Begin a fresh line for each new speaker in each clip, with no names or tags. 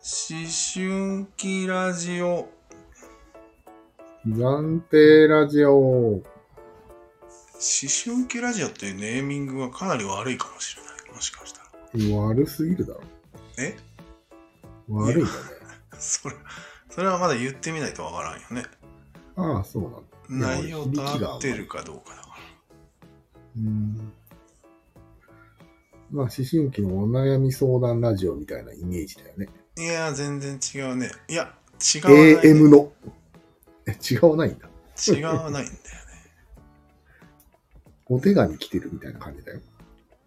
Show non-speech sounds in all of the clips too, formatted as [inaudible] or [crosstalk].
思春期ラジオ。
暫定ラジオ。
思春期ラジオっていうネーミングはかなり悪いかもしれない。もしかしたら。
悪すぎるだろ。
え [laughs]
悪いかね。
それ、それはまだ言ってみないとわからんよね。
ああ、そうなんだ。や
内容と合ってるかどうかだから。
うん。まあ、思春期のお悩み相談ラジオみたいなイメージだよね。
いやー、全然違うね。いや、違わない、ね。
AM の。え、違わないんだ。
違わないんだよね。
お手紙来てるみたいな感じだよ。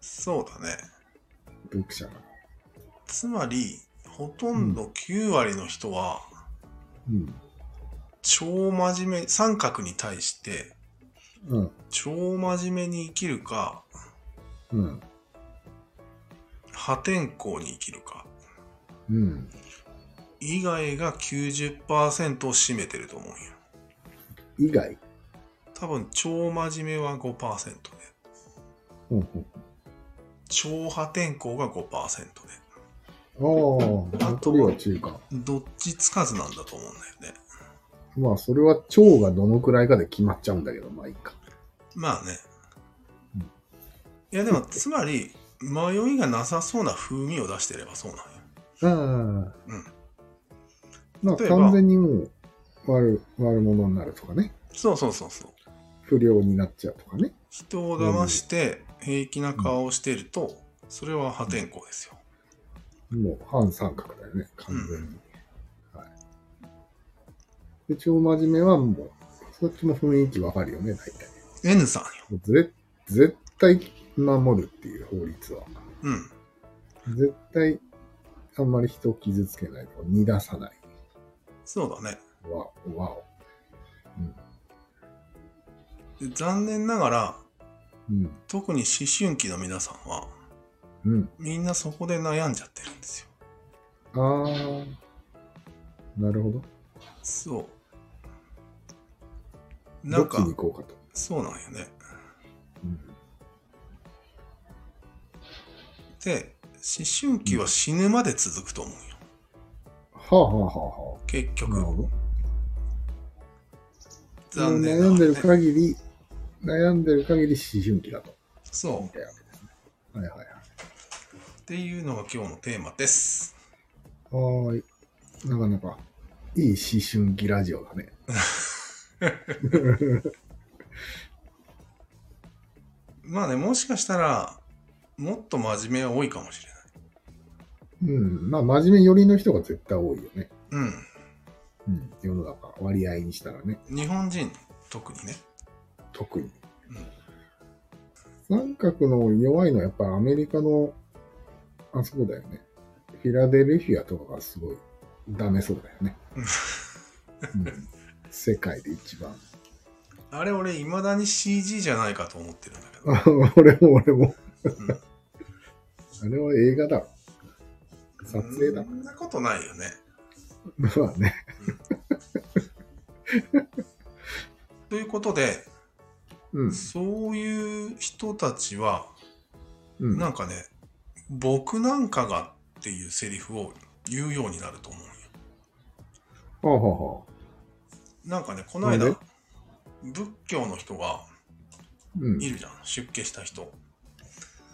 そうだね。
読者が。
つまり、ほとんど9割の人は、
うん。
超真面目、三角に対して、
うん。
超真面目に生きるか、
うん。
破天荒に生きるか、
うん。
以外が90%を占めてると思うんよ。
以外。
多分、超真面目は5%で、
うんうん。
超破天荒が5%
ああ、残りは中間。
で、どっちつかずなんだと思うんだよね。
まあ、それは腸がどのくらいかで決まっちゃうんだけど、まあいいか。
まあね
うん。
いや、でも、つまり、迷いがなさそうな風味を出してればそうなんよ。
ああ。まあ、
例えば
完全にもう悪、悪者になるとかね。
そうそうそうそう。
不良になっちゃうとかね。
人を騙して平気な顔をしてると、それは破天荒ですよ。
もう反三角だよね、完全に。はい。で、超真面目はもう、そっちも雰囲気わかるよね、大体。
N さんよ。
もうぜ絶対守るっていう法律は。
うん。
絶対、あんまり人を傷つけないとか、煮出さない。
そうだね。
わ、わお。
で残念ながら、
うん。
特に思春期の皆さんは、
うん。
みんなそこで悩んじゃってるんですよ。
あー。なるほど。
そう。な
どっ
ん
ち
か、
に行こうかと。
そうなんよね。
うん。
で、思春期は死ぬまで続くと思うよ。
はあ、はあはあは
結
あ、な
局。
るほど。
残念な
悩ん
が
で
ら、
る
ね。
限り、悩んでる限り思春期だと。
そう。
みたいなわけですね。はいはい
っていうのが今日のテーマです。
はい。はーい。なかなか、いい思春期ラジオだね。
まあね、もしかしたら、もっと真面目は多いかもしれない。
うん。まあ、真面目寄りの人が絶対多いよね。
う
うん。世の中、割合にしたらね。
ん。日本人、特にね。
特に。三角の弱いのはやっぱアメリカの、あそこだよね。フィラデルフィアとかがすごいダメそうだよね。
うん
うん、世界で一番。
あれ、俺、未だに CG じゃないかと思ってるんだけど。
あ [laughs] 俺も俺も。
うん
あれは映画だろ。撮影だ
そ。んなことないよね。
まあね。
ということで、
うん。
そういう人たちは、
うん、
なんかね、僕なんかがっていうセリフを言うようになると思うよ。
あはは
なんかね、この間
なんで、
仏教の人が
うん
い。るじゃん。出家した人。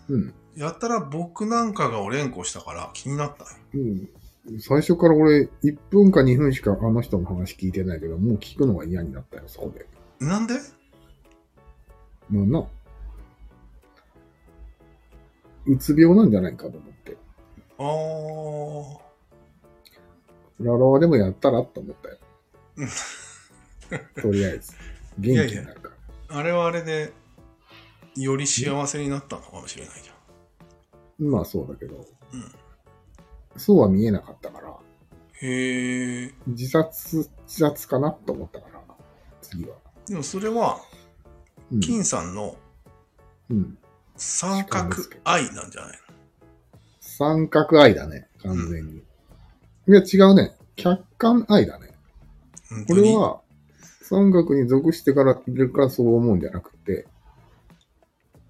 うん。
やったら僕なんかがお連呼したから気になったんよ
うん。最初から俺、1分か2分しかあの人の話聞いてないけど、もう聞くのが嫌になったよ、そこで。
なんで
なんな。うつ病なんじゃないかと思って。
あー。
ララワでもやったらと思ったよ
う。
とりあえず。元気になるから。
あれはあれで、より幸せになったのかもしれないじゃ
まあそうだけど、
ん。うん。
そうは見えなかったから、
へえ。
自殺、自殺かなと思ったから、次は。
でもそれは、
うん。
金さんの
うん、
三角愛なんじゃない
三角愛だね、完全に。いや、違うね。客観愛だね。
の
これ、は、三角に属してからいるからそう思うんじゃなくて、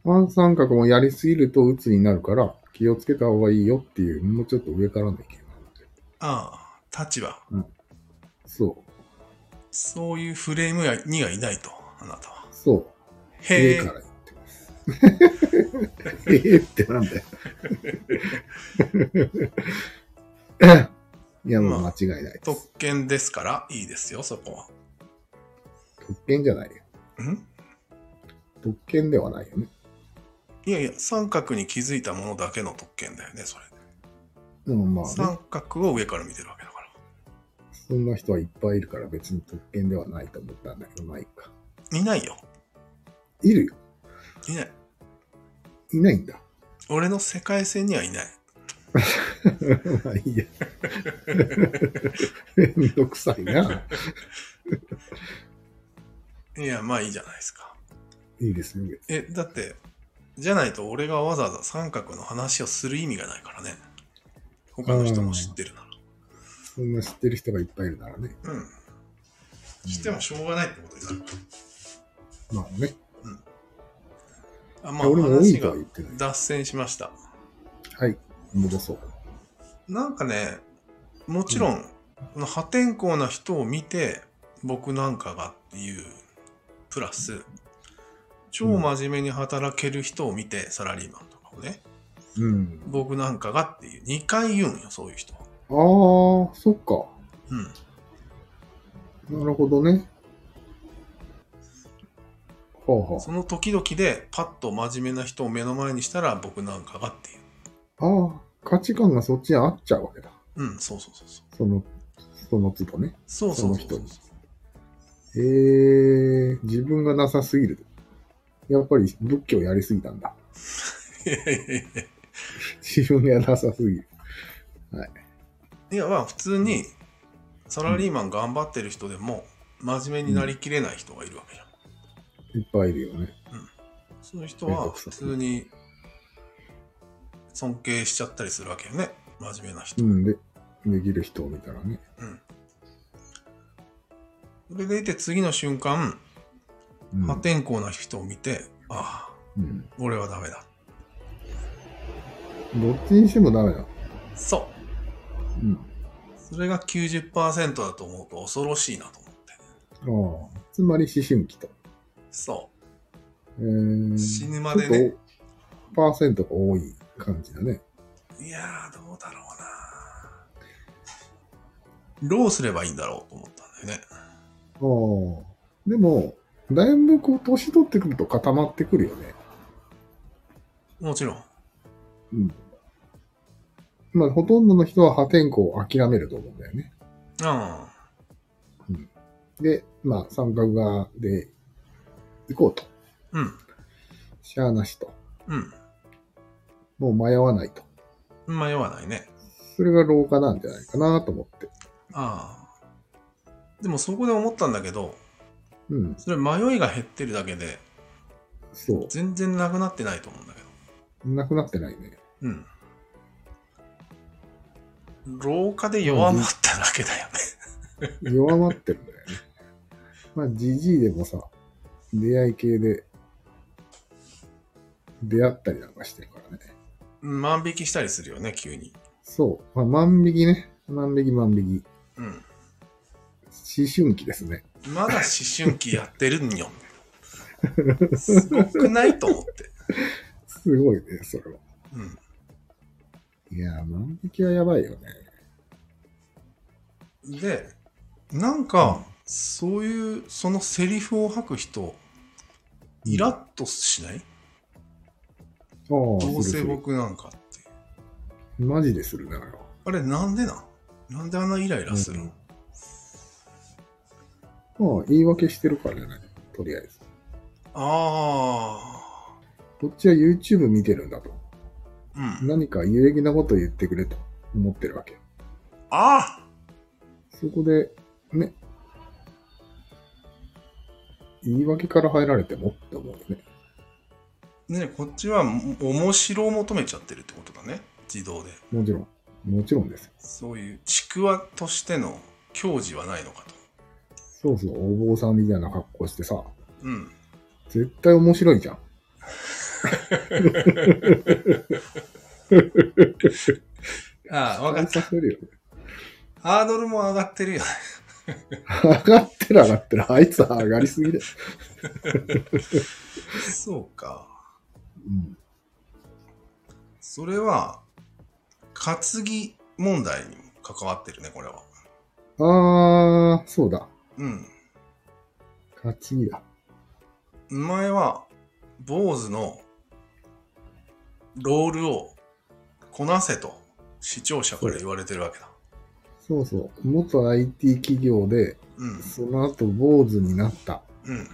反三角もやりすぎると鬱になるから気をつけた方がいいよっていう、もうちょっと上からの意見なんだよ。
ああ、立場。
そ
そういうフレームやにはいないと、あなたは
う。。そう。
へ
家か
え、
ら言ってます。 [laughs] ええってなんだよ。 [laughs] いや、もう
ま
間
あ
違いないです。
特権ですから、いいですよ、そこは。
特権じゃないよ。
ん
特権ではないよね。
いやいや、三角に気づいたものだけの特権だよね、それ。
でもまあ、ね、
三角を上から見てるわけだから。
そんな人はいっぱいいるから別に特権ではないと思ったんだけど、まあいいか。
いないよ。
いるよ。
いない。
いないんだ。 [laughs]
俺の世界線にはいない。
まあいいや。 [laughs] めんどくさいな。
いや、まあいいじゃないですか。
いいですね。
え、だって、じゃないと俺がわざわざ三角の話をする意味がないからね。他の人も知ってるな
そんな知ってる人がいっぱいいるならね。
ら。うん。知ってもしょうがないってことになるか
まあね。
ら。あ、
い
ま
や
あ
俺も多い
話
と
が
は言ってない。
脱線しました。
はい。戻そう。
なんかね、もちろん、この破天荒な人を見て、僕なんかがっていう、プラス、超真面目に働ける人を見て、サラリーマンとかをね、
うん。
僕なんかがっていう、2回言うんよ、そういう人は。
ああ、そっか。
うん。
なるほどね。はあは
その時々で、パッと真面目な人を目の前にしたら、僕なんかがっていう。
あ。ああ、価値観がそっちに合っちゃうわけだ。
うん、そうそうそうそう。
その、その都度ね。
そうそうそう
そ
そう
の人えー、自分がなさすぎる。やっぱり仏教やりすぎたんだ。
いやいやいや
自分がなさすぎる。
いや、まあ、普通に、サラリーマン頑張ってる人でも、真面目になりきれない人がいるわけじゃん。
いっぱいいるよね。
その人
めん
は
どくさ
普
い
通に尊敬しちゃったりするわけよね。真面目な人。
う
うん。
んで、できる人を見たらね。
それでいて次の瞬間、
うん。
破天荒な人を見て、ああ、
うん、
俺はダメだ。
どっちにしてもダメだ。
そ
うん。
う。それが90%だと思うと恐ろしいなと思って。
ああ。つまり思春期と。
そ
えー、
う。死ぬまでね。。
パーセントが多い感じだね。
いやー、どうだろうな。どうすればいいんだろうと思ったんだよね。
ああ。でも、だいぶこう、年取ってくると固まってくるよね。
もちろん。
うん。まあ、ほとんどの人は破天荒を諦めると思うんだよね。
あ
で、まあ、三角側で行こうと。
あ。うん。
しゃあなしと。
うん。うん
もう迷わないと。
迷わないね。
それが老化なんじゃないかなと思って。
ああ。でもそこで思ったんだけど、
うん、
それ迷いが減ってるだけで、
そ
全然なくなってないと思うんだけど。
う。なくなってないね。
うん。老化で弱まっただけだよね。
弱まってるんだよね。まあ、じじいでもさ、出会い系で、出会ったりなんかしてるからね。
うん万引きしたりするよね、急に。
そう。まあ、万引きね。万引き万引き。
うん。
思春期ですね。
まだ思春期やってるんよ。すごくないと思って。
すごいね、それは。
うん。
いやー、万引きはやばいよね。
で、なんか、そういう、そのセリフを吐く人、イラッとしない
ああ、
どう
する
せ
する
僕なんかって。
マジでするな。あれは
あれなんでなんなんであんなイライラするの、
うんまあ、言い訳してるからじゃない。とりあえず。
あ
こっちは YouTube 見てるんだと。
あ。うん。
何か有益なこと言ってくれと思ってるわけ。
あ
そこで、ね、言い訳から入られてもって思うよね。
ねこっちはも面白を求めちゃってるってことだね。自動で。
もちろん。もちろんですよ。
そういうちくわとしての矜持はないのかと。
そうそう、お坊さんみたいな格好してさ、
うん。
絶対面白いじゃん。
ああ、わかっ
させるよね。
ハードルも上がってるよね。 [laughs]
上がってる上がってる。あいつは上がりすぎだよ。
そうか。
うん。
それは、担ぎ問題にも関わってるね、これは。
あー、そうだ。
うん。
勝ち木だ。
前は、坊主のロールをこなせと視聴者から言われてるわけだ。
そうそう。元 IT 企業で、
うん。
その後坊主になった。
うん。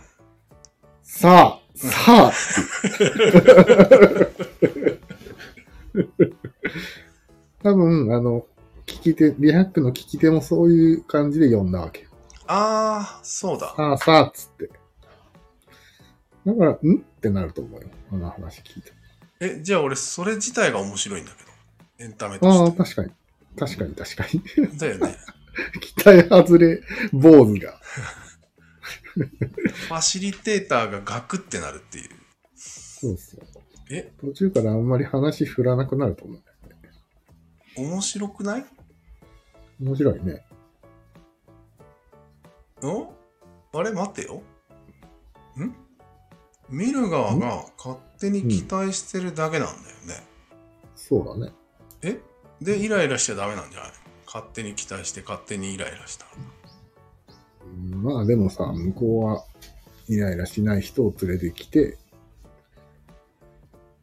さあ、さあ、多分、あの、聞き手、リハックの聞き手もそういう感じで読んだわけ。
ああ、そうだ。
さあ、さあ、つって。だから、んってなると思うよ。あの話聞いて。
え、じゃあ俺、それ自体が面白いんだけど。エンタメと
ああ、
し
確かに。確かに、確かに。 [laughs]
て。だよね。
期待外れ、坊主が。
ファシリテーターがガクってなるっていう。
そうそう。
え、
途中からあんまり話振らなくなると思う。
面白くないん
面白いね。
あれ待ってよ。ん見る側が勝手に期待してるだけなんだよね。
そうだね。
えで、イライラしちゃダメなんじゃない勝手に期待して勝手にイライラしたら。
うんまあでもさ、向こうはイライラしない人を連れてきて、っ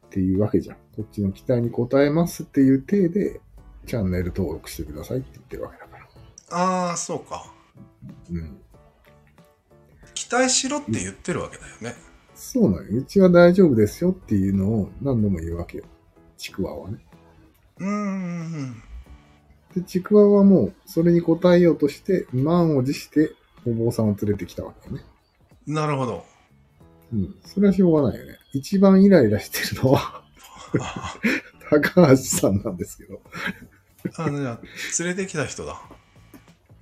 ていうわけじゃん。こっちの期待に応えますっていう体で、チャンネル登録してくださいって言ってるわけだから。
ああ、そうか。
うん。
期待しろって言ってるわけだよね。
そうなのよ。うちは大丈夫ですよっていうのを何度も言うわけよ。ちくわはね。
うーん。
で、ちくわはもう、それに応えようとして、満を持して、お坊さんを連れてきたわけよね。
なるほど。
うん。それはしょうがないよね。一番イライラしてるのは、 [laughs]
あ
高橋さんなんですけど。
あの、じゃあ連れてきた人だ。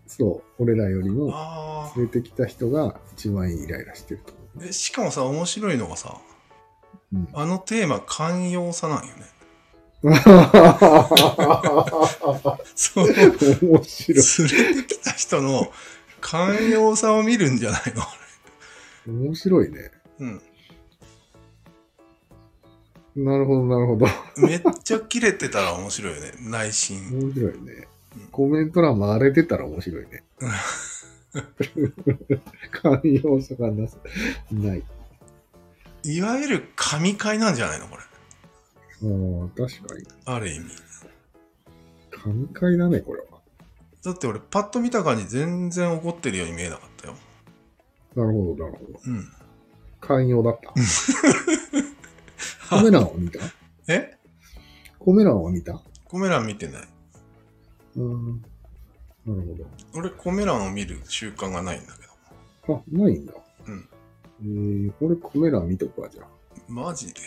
そう。俺らよりも、
ああ
連れてきた人が一番イライラしてると [laughs] 思。
えしかもさ、面白いのがさ、
う。うん。
あのテーマ寛容さなんよね。そう。連
面白い。
れてきた人の寛容さを見るんじゃないの
面白いね。
うん。
なるほど、なるほど。
めっちゃキレてたら面白いよね。内心。
面白いね。コメント欄も荒れてたら面白いね。寛容さがなさない。
いわゆる神回なんじゃないのこれ。
ああ、確かに。
ある意味。
神回だね、これは。
だって俺パッと見た感じ全然怒ってるように見えなかったよ。
なるほど、なるほど。
うん。
寛容
[laughs]
だった。コメ欄を見た
え
コメ欄を見た
コメ欄見てない。
うん。なるほど。
俺コメ欄を見る習慣がないんだけど。
あ、ないんだ。
うん。
えー、これコメ欄見とくわ、じゃあ。
マジで。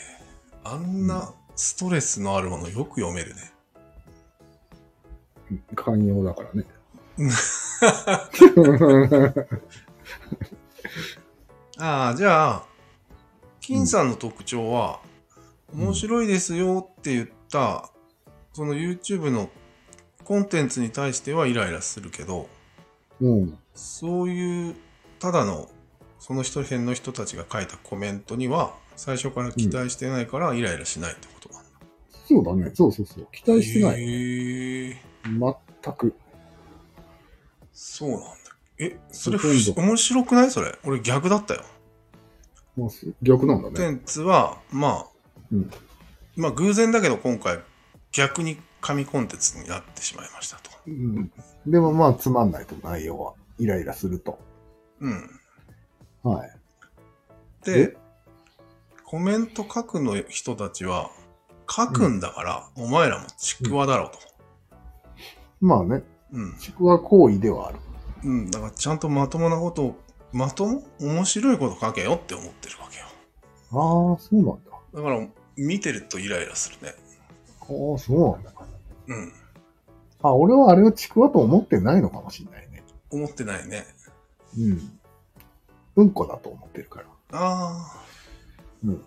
あんなストレスのあるものよく読めるね。
寛容だ
[laughs]
からね
うん。ああ、じゃあ、金さんの特徴は、
うん
面白いですよって言った、その YouTube のコンテンツに対してはイライラするけど、
うん。
そういう、ただの、その人辺の人たちが書いたコメントには、最初から期待してないからイライラしないってことなんだ。
そうだね。そうそうそう。期待してない。
へえ、
全く。
そうなんだ。え、それ、
ほとんど
面白くないそれ。俺逆だったよ。
まあ、逆なんだ
コンテ
ね。
ンツは、まあ、
うん
まあ偶然だけど今回逆に神コンテンツになってしまいましたと。
うん。でもまあ、つまんないと、内容は。イライラすると。
うん。
はい。
で、コメント書くの人たちは、書くんだから、お前らもちくわだろうと。
まあね、
うん。
ちくわ行為ではある。
うん。だからちゃんとまともなことを、まとも面白いこと書けよって思ってるわけよ。
ああ、そうなんだ。あ
だから、見てるとイライラするね。
あ、そうなんだ。
うん。
あ、俺はあれをちくわと思ってないのかもしれないね。
思ってないね。
うん。うんこだと思ってるから。
あ
うん。
ー、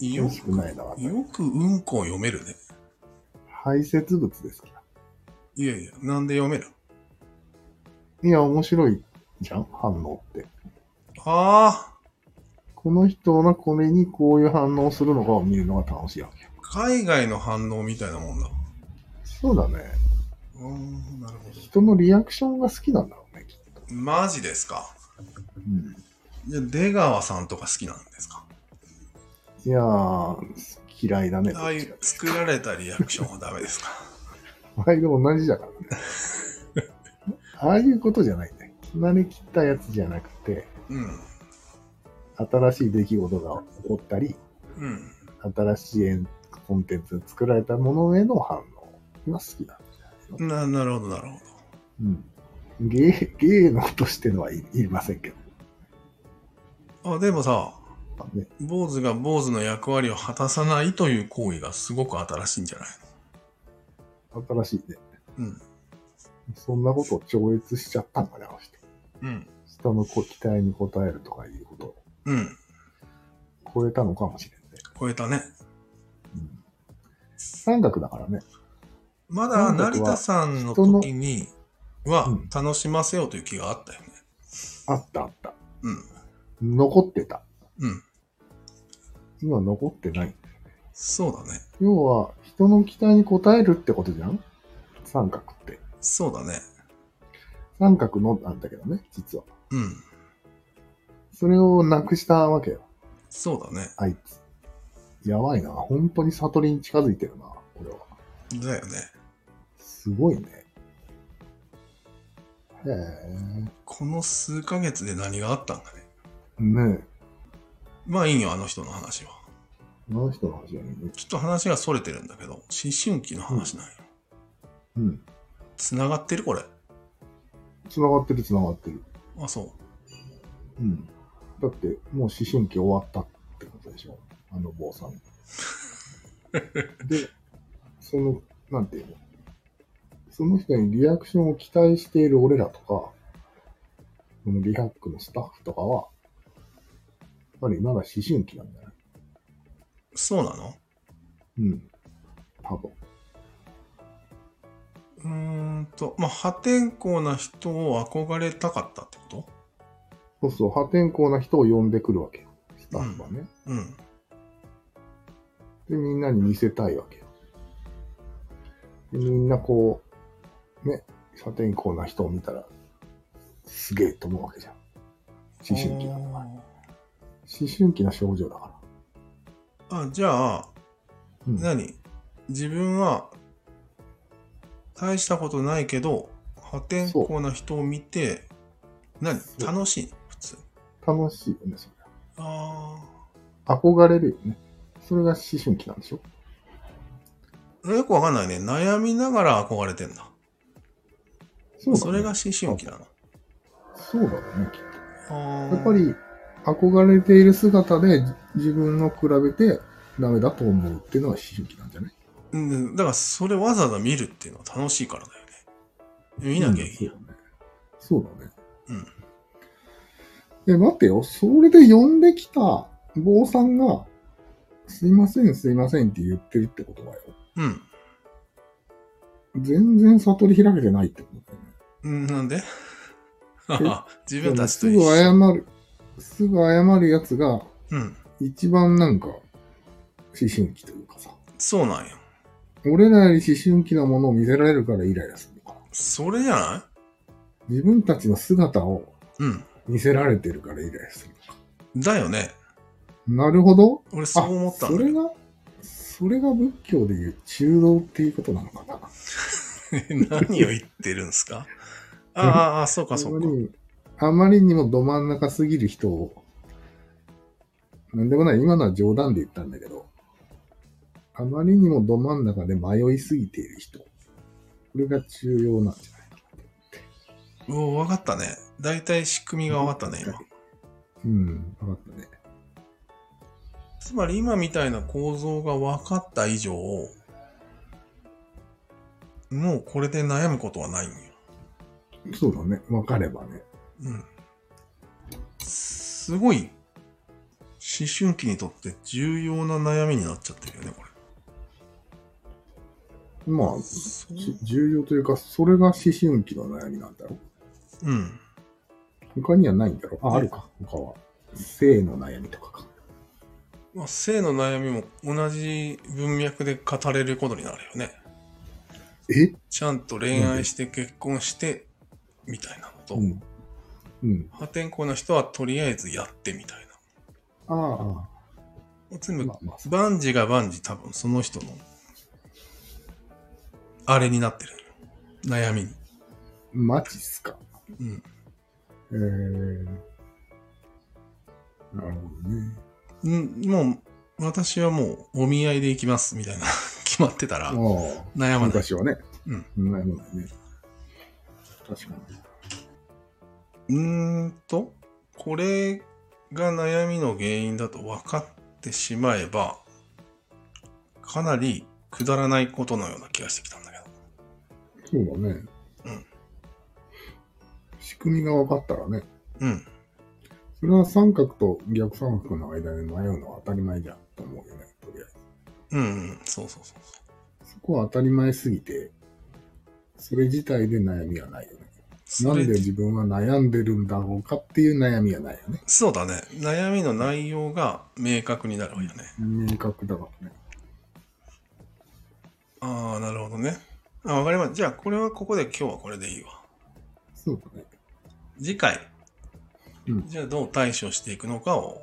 美
よ
味しくないな。
く、よくうんこを読めるね。
排泄物ですから。
いやいや、なんで読める
いや、面白いじゃん反応って。
ああ、
この人のこれにこういう反応するのかを見るのが楽しいわけ。
海外の反応みたいなもんだ。
そうだね。
うーん、なるほ
人のリアクションが好きなんだろうね、きっと。
ど。マジですか。
うん。
じゃあ出川さんとか好きなんですか
いやー、嫌いだね。
ああいう作られたリアクションはダメですか
毎度同じだからね。ああいうことじゃないね。慣れ切ったやつじゃなくて、
うん。
新しい出来事が起こったり、
うん。
新しいコンテンツ作られたものへの反応が好きだ。
な、なるほど、なるほど。
うん。芸、芸能としてのはい、いりませんけど。
あでもさ、
ね
坊主が坊主の役割を果たさないという行為がすごく新しいんじゃない
新しいね。
うん。
そんなことを超越しちゃったんだね、あの人。
うん。
人のこ期待に応えるとかいうことを
うん。
超えたのかもしれんね。
超えたね。
うん。三角だからね。
まだ
韓
成
国は
田さんの
人の
時には
うん
楽しませようという気があったよね。
あったあった。
うん。
残ってた。
うん。
今残ってない。
そうだね。
要は、人の期待に応えるってことじゃん三角って。
そうだね。
三角のなんだけどね、実は。
うん。
それをなくしたわけよ、
そうだね。
あいつ。やばいな。本当に悟りに近づいてるな、これは。
だよね。
すごいね。へえ。
この数ヶ月で何があったんだね。
ねえ。
まあいいよ、あの人の話は。
あの人の話はね。
ちょっと話が逸れてるんだけど、思春期の話なんよ。
うん。
繋がってるこれ。
繋がってる、繋がってる。
あ、そう。
うん。だって、もう思春期終わったってことでしょ。あの坊さん。で、その、なんていうの。その人にリアクションを期待している俺らとか、このリハックのスタッフとかは、やっぱりまだ思春期なんだよ。
そうなの
うん。多分。
うーんと、まあ、破天荒な人を憧れたかったってこ
そうそう、破天荒な人を呼んでくるわけよ。スタッフはね。
とうん。
で、みんなに見せたいわけよ。で、みんなこう、ね、破天荒な人を見たら、すげえと思うわけじゃん。思春期だから。思春期の症状だから。
あーあ、じゃあ、
うん、
何自分は、大したことないけど、破天荒な人を見て、何
そう
楽しい普通。
楽しいよね、それ。
あ
憧れるよね。それが思春期なんでしょ
あ。よくわかんないね。悩みながら憧れてんだ。
そ
それが
ね。
思春期なの。
そうだろうね、きっ
あ
と。
ー
やっぱ。り、憧れている姿で自分の比べてダメだと思うっていうのが思春期なんじゃない
うん、だからそれわざわざ見るっていうのは楽しいからだよね。見なきゃいいや。
うんそうだね。そうだね。
うん。
え、待ってよ。それで呼んできた坊さんが、すいません、すいませんって言ってるってことはよ。
うん。
全然悟り開けてないってことだよね。
うん、なんで [laughs] 自分たちと
で
一
もすぐ
緒。
謝る、すぐ謝るやつが、
うん。
一番なんか、思春期というかさ。
そうなんよ。
俺らより思春期なものを見せられるからイライラするのか。
それじゃな
自分たちの姿を
いうん。
見せられてるからイライラするのか。
だよね。
なるほど。
俺そう思った
あ
ん
そ
だ
れ
けど。
が、それが仏教でいう中道っていうことなのかな。
[laughs] 何を言ってるんす
[laughs]
かああああ、そうかそうか
あま。りにあまりにもど真ん中すぎる人を、なんでもない、今のは冗談で言ったんだけど、あまりにもど真ん中で迷いすぎている人。これが重要なんじゃないかな。
おお、わかったね。大体仕組みがわかったね、今。
うん、わかったね。
つまり今みたいな構造がわかった以上、もうこれで悩むことはないんよ。
そうだね。わかればね。
うん。すごい、思春期にとって重要な悩みになっちゃってるよね、これ。
まあ、
そう
じ重要というか、それが思春期の悩みなんだろう。
うん。
他にはないんだろうあ、
ね
あるか。他は。性の悩みとかか。
まあ、性の悩みも同じ文脈で語れることになるよね。
え
ちゃんと恋愛して結婚して、みたいなのと、
うん。うん。
破天荒な人はとりあえずやってみたい
ああ、あ
な。全
あ。
部
まあ、まあ、
万事が万事多分その人のあれになってるのよ悩みに、
マジっすか。
うん、
えー。なるほどね。
うんもう私はもうお見合いで行きますみたいな [laughs] 決まってたら
ああ。
悩まない
昔はね。
うん。
悩まないね。確かに。
うーんとこれが悩みの原因だと分かってしまえばかなりくだらないことのような気がしてきたんだけど
そうだね。
うん。
仕組みが分かったらね。
うん
それは三角と逆三角の間で迷うのは当たり前じゃんと思うよね。とりあえず。
うんうんそうそうそうそう
そこは当たり前すぎて、それ自体で悩みはないよね。な
そ
ん
れ
で自分は悩んでるんだろうかっていう悩みはないよね。
そうだね悩みの内容が明確になるわよね
明確だからね。
ああ、なるほどね。あ、わかりました。じゃあ、これはここで今日はこれでいいわ。
そうだね。
次回、
うん
じゃあどう対処していくのかを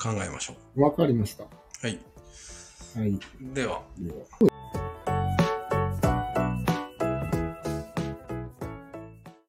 考えましょ
わかりました。
う。はい。
はい。
では。
では